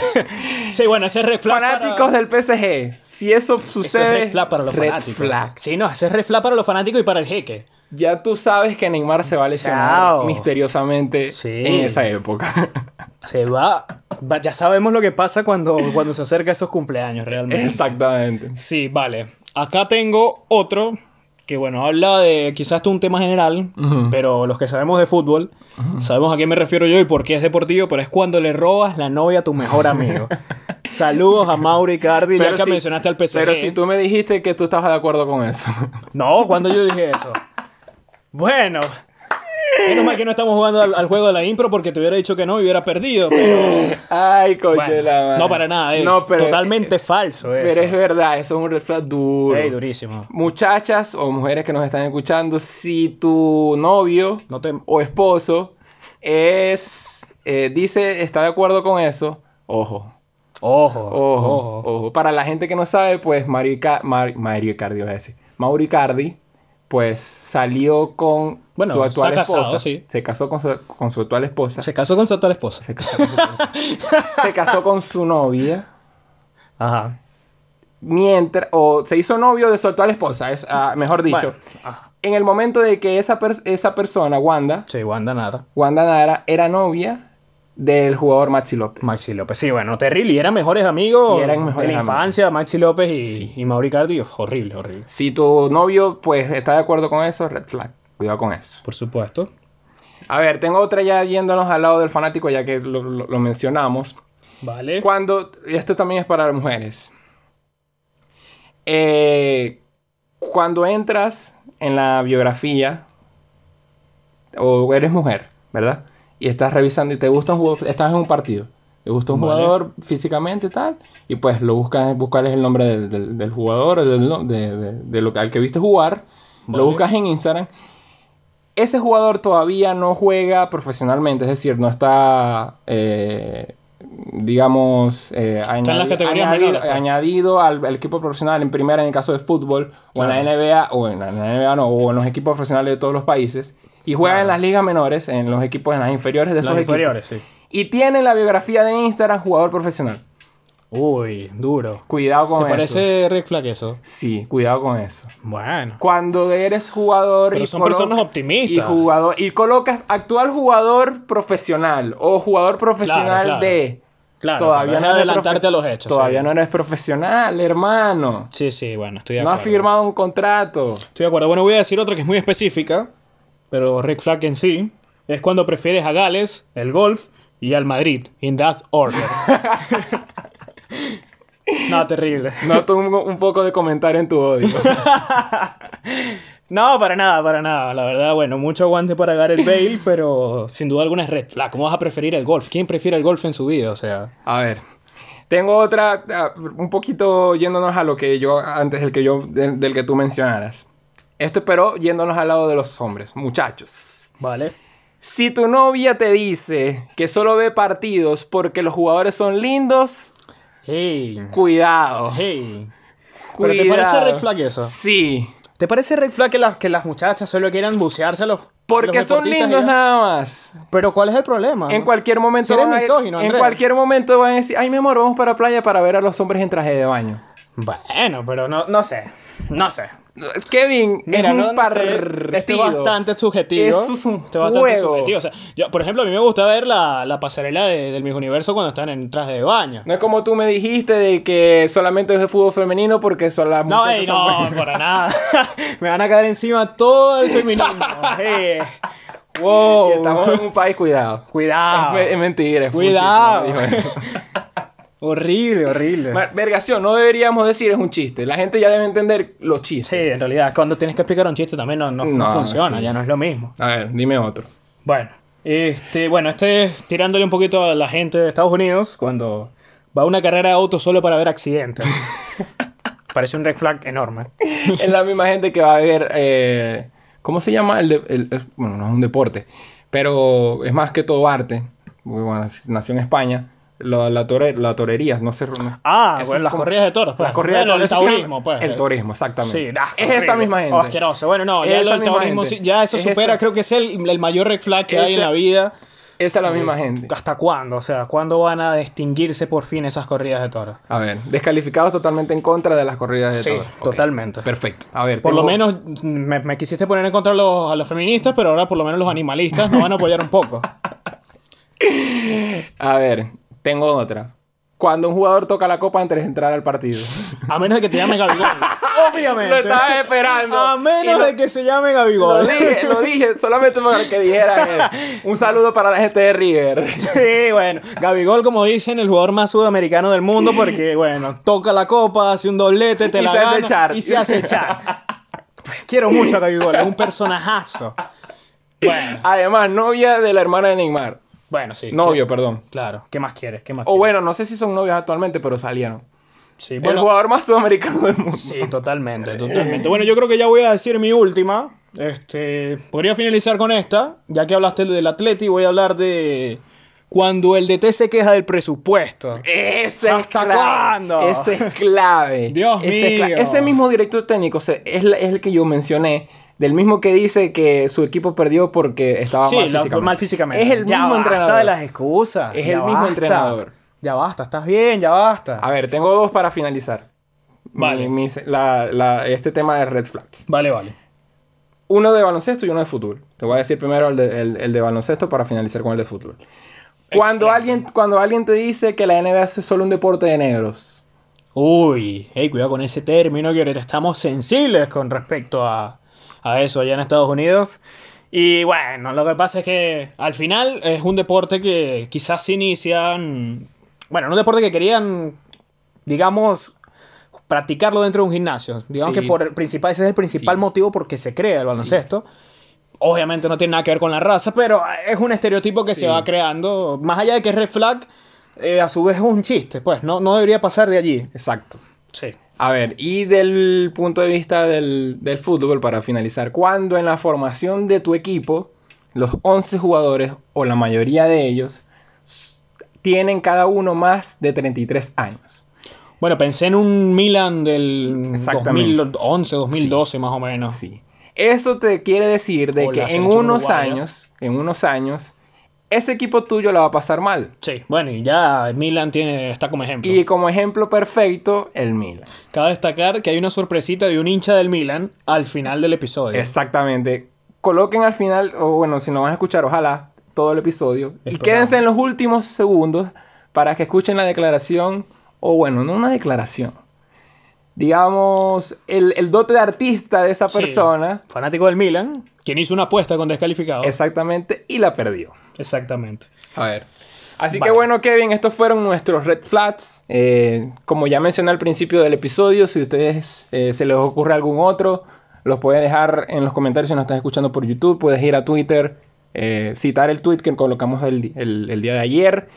S1: sí, bueno, ese es red flag para-
S2: Fanáticos del PSG, si eso
S1: Eso es
S2: sucede,
S1: red flag para los
S2: red
S1: fanáticos.
S2: flag.
S1: Sí, no, ese es red flag para los fanáticos y para el jeque.
S2: Ya tú sabes que Neymar se va a lesionar
S1: Chao.
S2: misteriosamente
S1: Sí.
S2: en esa época.
S1: Se va. va- Ya sabemos lo que pasa cuando, cuando se acerca esos cumpleaños, realmente.
S2: Exactamente.
S1: Sí, vale. Acá tengo otro que, bueno, habla de quizás de un tema general,
S2: Ujú.
S1: pero los que sabemos de fútbol
S2: Ujú.
S1: sabemos a qué me refiero yo y por qué es deportivo, pero es cuando le robas la novia a tu mejor amigo. Saludos a Mauro Icardi, ya que
S2: si-
S1: mencionaste al PSG.
S2: pero si tú me dijiste que tú estabas de acuerdo con eso.
S1: No, cuando yo dije eso. Bueno. Menos mal que no estamos jugando al, al juego de la impro porque te hubiera dicho que no y hubiera perdido. pero-
S2: Ay, coño,
S1: Bueno,
S2: la madre.
S1: no para nada, eh.
S2: No, pero-
S1: totalmente falso eso.
S2: Pero es verdad, eso es un red flag duro.
S1: Ey, durísimo.
S2: Muchachas o mujeres que nos están escuchando, si tu novio
S1: No te...
S2: o esposo es eh, dice está de acuerdo con eso, ojo,
S1: Ojo,
S2: ojo,
S1: ojo.
S2: ojo. Para la gente que no sabe, pues Mario, Ica- Mar- Mario Icardi, iba a decir. Mauro Icardi, pues salió con
S1: Bueno,
S2: su actual
S1: está casado,
S2: esposa.
S1: sí.
S2: Se casó con su, con su actual esposa.
S1: Se casó con su actual esposa.
S2: Se casó con su, se casó con su novia.
S1: Ajá.
S2: mientras o se hizo novio de su actual esposa, es, ah, mejor dicho.
S1: Bueno, ajá.
S2: En el momento de que esa, pers- esa persona, Wanda,
S1: Sí, Wanda Nara.
S2: Wanda Nara, era novia del jugador Maxi López.
S1: Maxi López. Sí, bueno, terrible. Y eran mejores amigos
S2: Y eran mejores
S1: de la
S2: amigos.
S1: infancia, Maxi López y,
S2: Sí.
S1: y Mauro Icardi. Horrible, horrible.
S2: Si tu novio pues está de acuerdo con eso, red flag. Cuidado con eso.
S1: Por supuesto.
S2: A ver, tengo otra ya yéndonos al lado del fanático, ya que lo, lo- lo mencionamos.
S1: Vale.
S2: Cuando, y esto también es para las mujeres. Eh, cuando entras en la biografía, o eres mujer, ¿verdad? Y estás revisando y te gusta un jugador, estás en un partido, te gusta un
S1: Vale.
S2: jugador físicamente y tal, y pues lo buscas, buscar es el nombre del, del- del jugador, del, no- de, de- de lo, que- al que viste jugar,
S1: Vale.
S2: lo buscas en Instagram. Ese jugador todavía no juega profesionalmente, es decir, no está, eh, digamos, eh,
S1: en las
S2: añadi-
S1: categorías
S2: añadido,
S1: menores, pues.
S2: añadido al, al equipo profesional en primera en el caso de fútbol, o en la
S1: Claro.
S2: NBA, o en la en la NBA no, o en los equipos profesionales de todos los países, y juega en
S1: Claro.
S2: las ligas menores, en los equipos, en las inferiores de esos
S1: Los
S2: equipos.
S1: inferiores, sí.
S2: Y tiene la biografía de Instagram jugador profesional.
S1: Uy, duro.
S2: Cuidado con
S1: ¿Te
S2: eso.
S1: parece red flag eso?
S2: Sí, cuidado con eso.
S1: Bueno.
S2: Cuando eres jugador
S1: Pero son personas optimistas.
S2: y jugador y colocas actual jugador profesional o jugador profesional
S1: claro.
S2: de
S1: Claro,
S2: todavía
S1: para
S2: no eres
S1: adelantarte
S2: profe-
S1: a los hechos.
S2: Todavía
S1: sí.
S2: no eres profesional, hermano.
S1: Sí, sí, bueno, estoy de
S2: No
S1: acuerdo.
S2: has firmado un contrato.
S1: Estoy de acuerdo. Bueno, voy a decir otra que es muy específica, pero red flag en sí. Es cuando prefieres a Gales, el golf, y al Madrid. In that order. no, terrible.
S2: Noto un, un poco de comentario en tu odio.
S1: No, para nada, para nada. La verdad, bueno, mucho aguante para Gareth Bale, pero sin duda alguna es red flag. ¿Cómo vas a preferir el golf? ¿Quién prefiere el golf en su vida? O sea...
S2: A ver. Tengo otra, ah, un poquito yéndonos a lo que yo, antes del que yo, del, del que tú mencionaras. Esto pero yéndonos al lado de los hombres, muchachos.
S1: Vale.
S2: Si tu novia te dice que solo ve partidos porque los jugadores son lindos,
S1: Hey.
S2: cuidado.
S1: Hey.
S2: cuidado.
S1: ¿Pero te parece red flag eso?
S2: Sí.
S1: ¿Te parece red flag que las, que las muchachas solo quieran bucearse a los
S2: Porque
S1: a los
S2: son
S1: deportistas y
S2: lindos
S1: ya?
S2: nada más.
S1: Pero ¿cuál es el problema?
S2: En
S1: no?
S2: cualquier momento
S1: Si eres
S2: van a ir-
S1: misógino,
S2: en
S1: Andrea.
S2: cualquier momento van a decir, "Ay, mi amor, vamos para la playa para ver a los hombres en traje de baño."
S1: Bueno, pero no, no sé. No sé.
S2: Kevin,
S1: Mira,
S2: es un
S1: no, no sé,
S2: partido.
S1: Esto es bastante subjetivo.
S2: Eso es un
S1: Esto es bastante
S2: juego.
S1: subjetivo. O sea, yo, por ejemplo, a mí me gusta ver la, la pasarela de- del Mis Universo cuando están en traje de baño.
S2: No es como tú me dijiste de que solamente es de fútbol femenino porque son las
S1: No,
S2: muchachas
S1: ey,
S2: son
S1: no,
S2: buenas.
S1: para nada. me van a caer encima todo el feminismo. eh. Wow.
S2: Y Estamos en un país, cuidado.
S1: Cuidado.
S2: Es, es mentira. es
S1: Cuidado.
S2: un chiste, no dijo eso.
S1: Horrible, horrible.
S2: Ver- Vergación, no deberíamos decir es un chiste. La gente ya debe entender los chistes.
S1: Sí, en realidad, cuando tienes que explicar un chiste también no, no- no
S2: No,
S1: funciona,
S2: sí.
S1: ya no es lo mismo.
S2: A ver, dime otro.
S1: Bueno, este, bueno, este es tirándole un poquito a la gente de Estados Unidos cuando va a una carrera de auto solo para ver accidentes. Parece un red flag enorme.
S2: es la misma gente que va a ver, eh, ¿cómo se llama? El, de- el- el- bueno, no es un deporte, pero es más que todo arte. Muy bueno, nació en España. La, la, tore- la torería, no sé. no-
S1: Ah,
S2: Eso
S1: bueno,
S2: es
S1: las
S2: como-
S1: corridas de toros, pues.
S2: las corridas
S1: Bueno,
S2: de toros.
S1: El taurismo, pues.
S2: El turismo,
S1: Sí,
S2: exactamente.
S1: ah,
S2: es esa
S1: horrible.
S2: misma gente.
S1: Asqueroso. Bueno, no, ya
S2: Esa
S1: lo del
S2: misma
S1: terrorismo,
S2: gente.
S1: sí, ya eso
S2: Es
S1: supera,
S2: esa.
S1: creo que es el, el mayor red flag que hay en
S2: Ese-
S1: la vida.
S2: Esa es la misma gente.
S1: ¿Hasta cuándo? O sea, ¿cuándo van a distinguirse por fin esas corridas de toros?
S2: A ver, descalificados totalmente en contra de las corridas de
S1: Sí,
S2: toros. Ok,
S1: totalmente.
S2: Perfecto. A ver,
S1: Por lo
S2: tengo-
S1: menos me, me quisiste poner en contra a los, a los feministas, pero ahora por lo menos los animalistas nos van a apoyar un poco.
S2: A ver, tengo otra. Cuando un jugador toca la copa antes de entrar al partido.
S1: A menos de que te llame Gabigol. Obviamente.
S2: Lo estaba esperando.
S1: A menos
S2: Y lo-
S1: de que se llame
S2: Lo
S1: Gabigol.
S2: dije, lo dije, solamente para que dijera él. Un saludo para la gente de River.
S1: Sí, bueno. Gabigol, como dicen, el jugador más sudamericano del mundo porque, bueno, toca la copa, hace un doblete, te
S2: Y
S1: la
S2: se hace
S1: gana
S2: echar.
S1: y se hace echar. Quiero mucho a Gabigol, es un personajazo. Bueno,
S2: Además, novia de la hermana de Neymar.
S1: bueno, sí.
S2: Novio,
S1: ¿qué-
S2: perdón.
S1: Claro, ¿qué más quieres? ¿Qué más
S2: O
S1: quieres?
S2: bueno, no sé si son novios actualmente, pero salieron.
S1: Sí,
S2: El
S1: bueno,
S2: jugador más sudamericano del mundo.
S1: Sí, totalmente, totalmente. Bueno, yo creo que ya voy a decir mi última. Este, podría finalizar con esta, ya que hablaste del Atleti, voy a hablar de cuando el DT se queja del presupuesto.
S2: Ese
S1: ¿Hasta
S2: es clave.
S1: cuándo?
S2: Ese es clave.
S1: Dios
S2: Ese es clave.
S1: mío.
S2: Ese mismo director técnico se- es, la- es el que yo mencioné. Del mismo que dice que su equipo perdió porque estaba
S1: sí,
S2: mal,
S1: la-
S2: físicamente.
S1: Ah, mal físicamente.
S2: Es el
S1: ya
S2: mismo
S1: basta
S2: entrenador.
S1: de las excusas.
S2: Es
S1: ya
S2: el mismo
S1: basta.
S2: entrenador.
S1: Ya basta, estás bien, ya basta.
S2: A ver, tengo dos para finalizar. Mi-
S1: Vale.
S2: mis- la- la- este tema de Red Flags.
S1: Vale, vale.
S2: Uno de baloncesto y uno de fútbol. Te voy a decir primero el de, el- el de baloncesto para finalizar con el de fútbol. Cuando
S1: Excelente.
S2: alguien, cuando alguien te dice que la NBA es solo un deporte de negros,
S1: Uy, hey, cuidado con ese término que ahorita estamos sensibles con respecto a, a eso allá en Estados Unidos. Y bueno, lo que pasa es que al final es un deporte que quizás se inician, bueno, un deporte que querían, digamos, practicarlo dentro de un gimnasio. Digamos
S2: Sí.
S1: que por el principal, ese es el principal
S2: Sí.
S1: motivo por que se crea el baloncesto. Obviamente no tiene nada que ver con la raza, pero es un estereotipo que
S2: Sí.
S1: se va creando. Más allá de que es red flag, eh, a su vez es un chiste, pues no, no debería pasar de allí.
S2: exacto.
S1: Sí.
S2: A ver, y del punto de vista del, del fútbol, para finalizar, cuando en la formación de tu equipo, los 11 jugadores, o la mayoría de ellos, s- tienen cada uno más de 33 años.
S1: Bueno, pensé en un Milan del
S2: Exactamente.
S1: 2011, 2012 más o menos.
S2: Sí. Eso te quiere decir de
S1: O
S2: que
S1: la
S2: en
S1: selección
S2: unos
S1: uruguaya.
S2: años, en unos años, ese equipo tuyo la va a pasar mal.
S1: Sí, bueno, y ya Milan tiene, está como ejemplo.
S2: Y como ejemplo perfecto, el Milan.
S1: Cabe destacar que hay una sorpresita de un hincha del Milan al final del episodio.
S2: Exactamente. Coloquen al final, o bueno, si no van a escuchar, ojalá, todo el episodio.
S1: El
S2: y
S1: programa.
S2: quédense en los últimos segundos para que escuchen la declaración, o bueno, no una declaración. Digamos, el, el dote de artista de esa
S1: Sí.
S2: persona.
S1: Fanático del Milan, quien hizo una apuesta con descalificado.
S2: Exactamente, y la perdió.
S1: Exactamente.
S2: A ver. Así
S1: Vale.
S2: que bueno, Kevin, estos fueron nuestros red flags. Eh, como ya mencioné al principio del episodio, si ustedes eh, se les ocurre algún otro, los pueden dejar en los comentarios si nos estás escuchando por YouTube. Puedes ir a Twitter, eh, citar el tweet que colocamos el, di- el- el día de ayer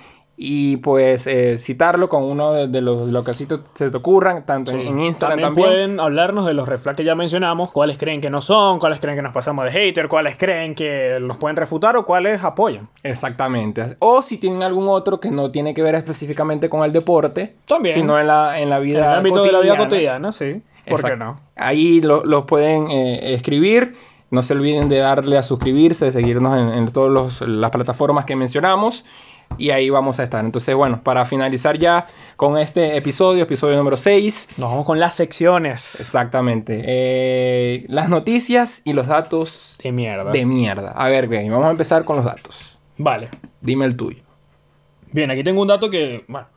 S2: y pues eh, citarlo con uno de, de los lo que así te- se te ocurran, tanto en,
S1: Sí.
S2: en Instagram
S1: también,
S2: también.
S1: pueden hablarnos de los red flags que ya mencionamos, cuáles creen que no son, cuáles creen que nos pasamos de hater, cuáles creen que nos pueden refutar o cuáles apoyan.
S2: Exactamente. O si tienen algún otro que no tiene que ver específicamente con el deporte,
S1: También.
S2: sino en la, en la vida
S1: En el ámbito de la vida
S2: cotidiana.
S1: cotidiana, sí. ¿Por qué
S2: Exacto.
S1: no?
S2: Ahí lo- los pueden eh, escribir. No se olviden de darle a suscribirse, de seguirnos en, en todas las plataformas que mencionamos. Y ahí vamos a estar. Entonces, bueno, para finalizar ya con este episodio, episodio número 6.
S1: Nos vamos con las secciones
S2: Exactamente. eh, las noticias y los datos
S1: de mierda.
S2: de mierda. A ver, Glenn, vamos a empezar con los datos.
S1: Vale.
S2: Dime el tuyo.
S1: Bien, aquí tengo un dato que, bueno,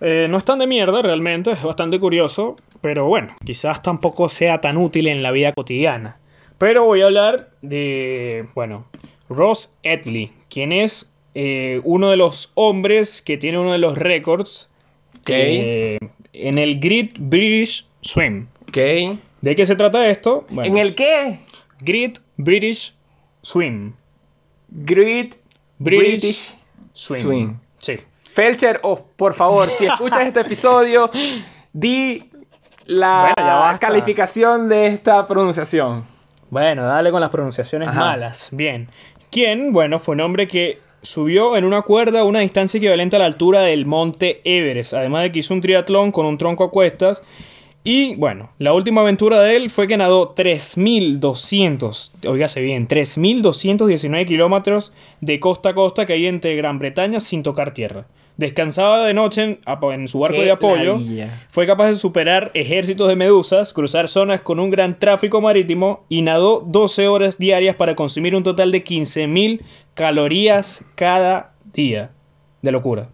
S1: eh, no es tan de mierda realmente, es bastante curioso, pero bueno, quizás tampoco sea tan útil en la vida cotidiana. Pero voy a hablar de, bueno, Ross Etley, quien es eh, uno de los hombres que tiene uno de los récords
S2: Ok.
S1: eh, en el Great British Swim.
S2: ok.
S1: ¿De qué se trata esto? Bueno,
S2: ¿En el qué?
S1: Great British Swim.
S2: Great
S1: British
S2: British
S1: Swim.
S2: Swim.
S1: Sí.
S2: Felcher, oh, por favor, si escuchas este episodio, di la
S1: Bueno, ya basta.
S2: calificación de esta pronunciación.
S1: Bueno, dale con las pronunciaciones
S2: Ajá.
S1: malas. Bien. ¿Quién? Bueno, fue un hombre que subió en una cuerda a una distancia equivalente a la altura del monte Everest. Además de que hizo un triatlón con un tronco a cuestas. Y bueno, la última aventura de él fue que nadó 3.200, oígase bien, 3.219 kilómetros de costa a costa que hay entre Gran Bretaña sin tocar tierra. Descansaba de noche en, apo- en su barco
S2: Qué
S1: de apoyo.
S2: ladilla.
S1: Fue capaz de superar ejércitos de medusas, cruzar zonas con un gran tráfico marítimo y nadó 12 horas diarias para consumir un total de 15.000 calorías cada día. De locura.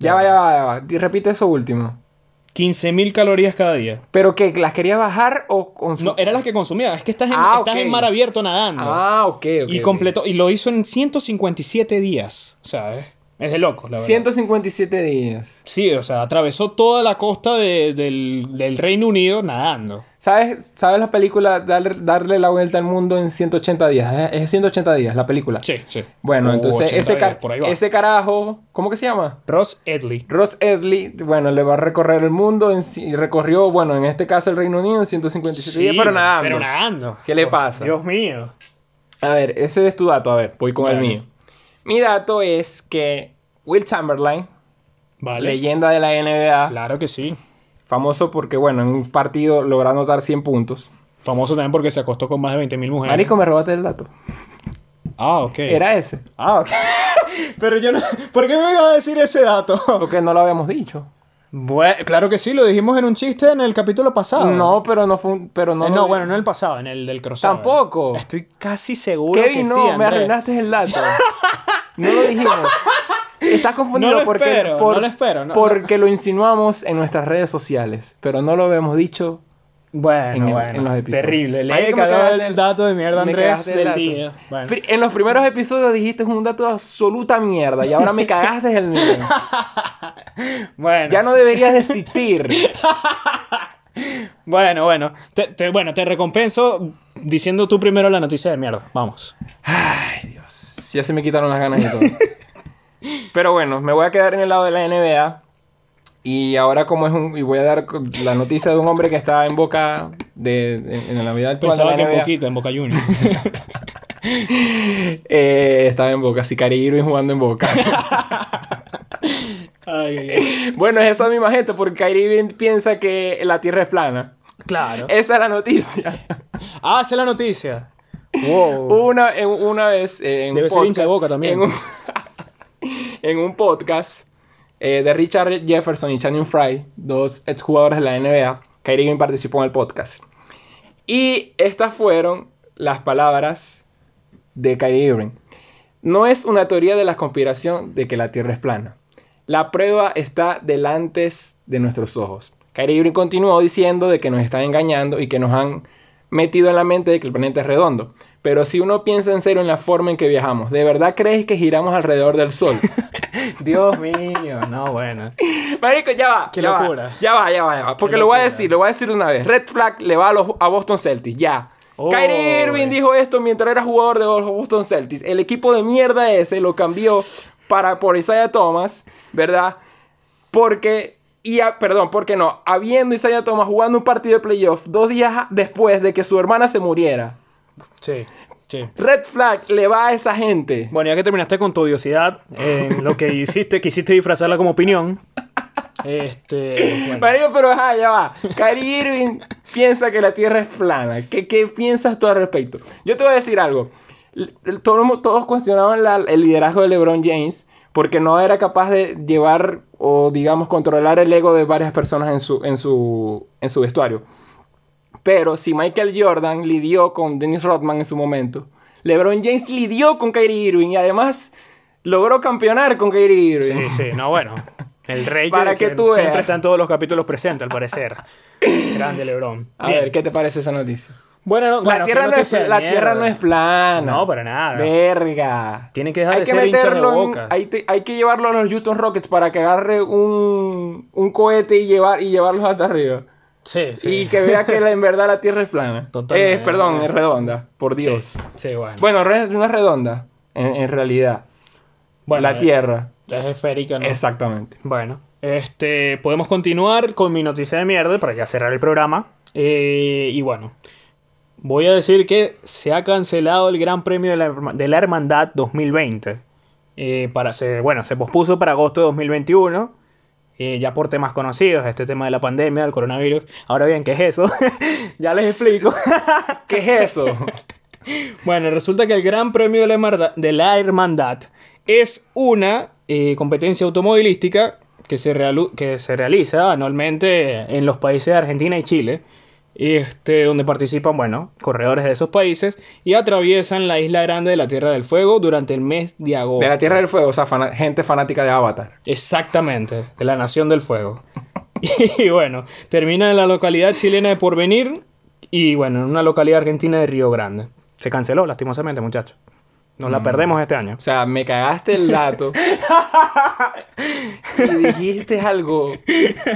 S2: Ya va, ya va, ya va. Y Repite eso último.
S1: 15.000 calorías cada día.
S2: ¿Pero qué? ¿Las quería bajar o con su-
S1: No, eran las que consumía. Es que estás en,
S2: Ah,
S1: estás
S2: ok.
S1: en mar abierto nadando.
S2: Ah, ok, ok.
S1: y
S2: ok.
S1: completó, y lo hizo en 157 días. O sea, es, es de loco, la verdad.
S2: 157 días.
S1: Sí, o sea, atravesó toda la costa de- del, del Reino Unido nadando.
S2: ¿Sabes, ¿Sabes la película Dar- Darle la vuelta al mundo en 180 días? eh? Es 180 días la película.
S1: Sí, sí.
S2: Bueno,
S1: O
S2: entonces
S1: 80
S2: ese,
S1: días,
S2: car-
S1: por ahí va.
S2: ese carajo, ¿cómo que se llama?
S1: Ross Edley.
S2: Ross Edley, bueno, le va a recorrer el mundo en ci- y recorrió, bueno, en este caso el Reino Unido en 157 días, pero nada.
S1: Pero nadando. Oh,
S2: ¿Qué le pasa?
S1: Dios mío.
S2: A ver, ese es tu dato, a ver, voy con el
S1: Dale.
S2: mío. Mi dato es que Will Chamberlain,
S1: Vale.
S2: leyenda de la NBA,
S1: Claro que sí.
S2: famoso porque, bueno, en un partido logró anotar 100 puntos.
S1: Famoso también porque se acostó con más de 20.000 mujeres.
S2: Marico, me robaste el dato.
S1: Ah, ok.
S2: Era ese,
S1: Ah, ok. Pero yo no. ¿Por qué me iba a decir ese dato?
S2: porque no lo habíamos dicho.
S1: Bueno, claro que sí, lo dijimos en un chiste en el capítulo pasado.
S2: No, pero no fue un- pero no,
S1: Eh, no,
S2: lo-
S1: bueno, no en el pasado, en el del crossover.
S2: Tampoco.
S1: Estoy casi seguro que
S2: Kevin,
S1: sí,
S2: no, me
S1: Andrés.
S2: arruinaste el dato. No lo dijimos. Estás confundido
S1: No lo
S2: porque,
S1: espero, no lo espero, no,
S2: porque lo insinuamos en nuestras redes sociales, pero no lo habíamos dicho.
S1: Bueno,
S2: en-
S1: bueno.
S2: en los episodios.
S1: Terrible. Le he
S2: Marico, me
S1: cagado
S2: cagaste.
S1: el dato de mierda,
S2: Me
S1: Andrés,
S2: cagaste el
S1: del
S2: dato.
S1: día. Bueno.
S2: Pri- En los primeros episodios dijiste un dato de absoluta mierda y ahora me cagaste el mío.
S1: Bueno.
S2: Ya no deberías desistir.
S1: Bueno, bueno. Te, te- bueno, te recompenso diciendo tú primero la noticia de mierda. Vamos.
S2: Ay, Dios. Ya se me quitaron las ganas y todo. Pero bueno, me voy a quedar en el lado de la NBA. Y ahora como es un... Y voy a dar la noticia de un hombre que está en boca de, en, en la vida actual de
S1: Pensaba
S2: la
S1: que
S2: NBA.
S1: un poquito en Boca Juniors.
S2: Eh, estaba en Boca, Sicario Irving jugando en Boca.
S1: Ay, ay, ay.
S2: bueno, es esa misma gente porque Kyrie Irving piensa que la Tierra es plana.
S1: Claro.
S2: Esa es la noticia.
S1: Ah, esa es la noticia. Wow.
S2: Hubo una, en- una vez eh, en
S1: Debe
S2: un
S1: ser hincha de Boca también.
S2: En un, en un podcast eh, de Richard Jefferson y Channing Frye, dos exjugadores de la NBA, Kyrie Irving participó en el podcast. Y estas fueron las palabras de Kyrie Irving. No es una teoría de la conspiración de que la Tierra es plana. La prueba está delante de nuestros ojos. Kyrie Irving continuó diciendo de que nos están engañando y que nos han metido en la mente de que el planeta es redondo. Pero si uno piensa en serio en la forma en que viajamos, ¿de verdad crees que giramos alrededor del Sol?
S1: Dios mío. No, bueno.
S2: Marico, ya va.
S1: Qué
S2: ya va,
S1: locura.
S2: ya va, ya va, ya va. Porque lo voy a decir, lo voy a decir de una vez. Red Flag le va a, los, a Boston Celtics, ya.
S1: Oh.
S2: Kyrie Irving dijo esto mientras era jugador de los Boston Celtics. El equipo de mierda ese lo cambió para, por Isaiah Thomas, ¿verdad? Porque, y a- perdón, porque no, habiendo Isaiah Thomas jugando un partido de playoff dos días después de que su hermana se muriera.
S1: Sí, sí.
S2: Red Flag le va a esa gente.
S1: Bueno, ya que terminaste con tu odiosidad, en lo que hiciste, quisiste disfrazarla como opinión. Este. bueno.
S2: Marico, pero ajá, ya va. Kyrie Irving piensa que la Tierra es plana. ¿Qué, qué piensas tú al respecto? Yo te voy a decir algo. L- el- todo el mu- todos cuestionaban la- el liderazgo de LeBron James porque no era capaz de llevar o, digamos, controlar el ego de varias personas en su, en su, en su vestuario. Pero si Michael Jordan lidió con Dennis Rodman en su momento, LeBron James lidió con Kyrie Irving y además logró campeonar con Kyrie Irving.
S1: Sí, sí, no, bueno. El rey
S2: Para
S1: de
S2: que tú
S1: siempre
S2: veas.
S1: está en todos los capítulos presentes, al parecer. Grande Lebron.
S2: A
S1: Bien.
S2: ver, ¿qué te parece esa noticia?
S1: Bueno, no,
S2: La,
S1: bueno,
S2: tierra,
S1: qué
S2: no es,
S1: noticia de
S2: la
S1: mierda.
S2: tierra no es plana.
S1: No, para nada.
S2: Verga.
S1: Tienen que dejar de ser hinchas de
S2: meterlo en-
S1: Boca.
S2: hay, te- hay que llevarlo a los Houston Rockets para que agarre un, un cohete y, llevar, y llevarlos hasta arriba.
S1: Sí, sí.
S2: Y que vea que la- en verdad la tierra es plana.
S1: Totalmente.
S2: Eh, perdón, es redonda. Por Dios.
S1: Sí, sí, bueno.
S2: Bueno, re- no es redonda. En, en realidad.
S1: Bueno,
S2: la tierra.
S1: Es esférica, ¿no?
S2: Exactamente.
S1: Bueno. Este, podemos continuar con mi noticia de mierda para ya cerrar el programa. Eh, y bueno, voy a decir que se ha cancelado el Gran Premio de la, Herma- de la Hermandad 2020. Eh, para, se, bueno, se pospuso para agosto de 2021. eh, ya por temas conocidos, este tema de la pandemia, del coronavirus. Ahora bien, ¿qué es eso? ya les explico.
S2: ¿Qué es eso?
S1: Bueno, resulta que el Gran Premio de la Hermandad, de la Hermandad es una eh, competencia automovilística que se, realu- que se realiza anualmente en los países de Argentina y Chile, este, donde participan, bueno, corredores de esos países y atraviesan la isla grande de la Tierra del Fuego durante el mes de agosto.
S2: De la Tierra del Fuego, o sea, fana- gente fanática de Avatar.
S1: Exactamente, de la Nación del Fuego. Y bueno, termina en la localidad chilena de Porvenir y bueno, en una localidad argentina de Río Grande. Se canceló, lastimosamente, muchachos. Nos la
S2: Mm.
S1: perdemos este año.
S2: O sea, me cagaste el dato. y dijiste algo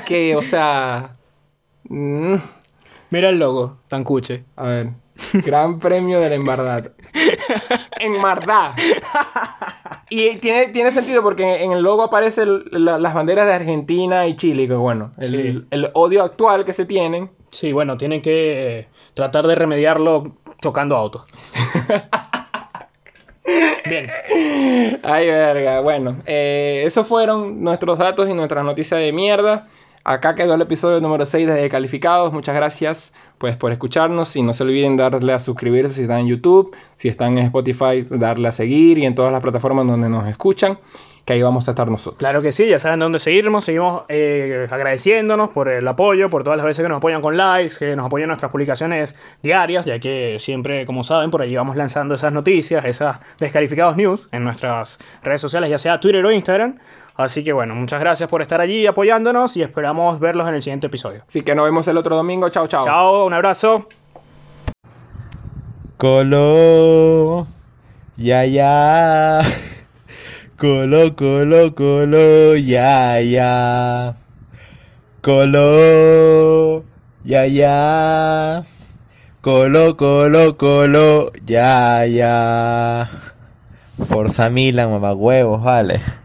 S2: que, o sea... mm,
S1: Mira el logo, Tancuche.
S2: a ver. Gran premio de la embardad. Enmardad. Y tiene, tiene sentido porque en el logo aparecen la- las banderas de Argentina y Chile, que bueno, el,
S1: Sí.
S2: el odio actual que se tienen.
S1: Sí, bueno, tienen que eh, tratar de remediarlo chocando autos. Bien,
S2: Ay, verga. Bueno, eh, esos fueron nuestros datos y nuestras noticias de mierda. Acá quedó el episodio número 6 de Calificados. Muchas gracias pues por escucharnos y no se olviden darle a suscribirse si están en YouTube, si están en Spotify, darle a seguir y en todas las plataformas donde nos escuchan, que ahí vamos a estar nosotros.
S1: claro que sí, ya saben dónde seguirnos. Seguimos eh, agradeciéndonos por el apoyo, por todas las veces que nos apoyan con likes, que nos apoyan en nuestras publicaciones diarias, ya que siempre, como saben, por allí vamos lanzando esas noticias, esas descalificados news en nuestras redes sociales, ya sea Twitter o Instagram. Así que bueno, muchas gracias por estar allí apoyándonos y esperamos verlos en el siguiente episodio.
S2: Así que nos vemos el otro domingo. Chao, chao.
S1: Chao, un abrazo.
S4: Colo, ya, ya. Colo, colo, colo, ya, ya. Colo, ya, ya. Colo, colo, colo, ya, ya. Forza Milan, mamá huevos, vale.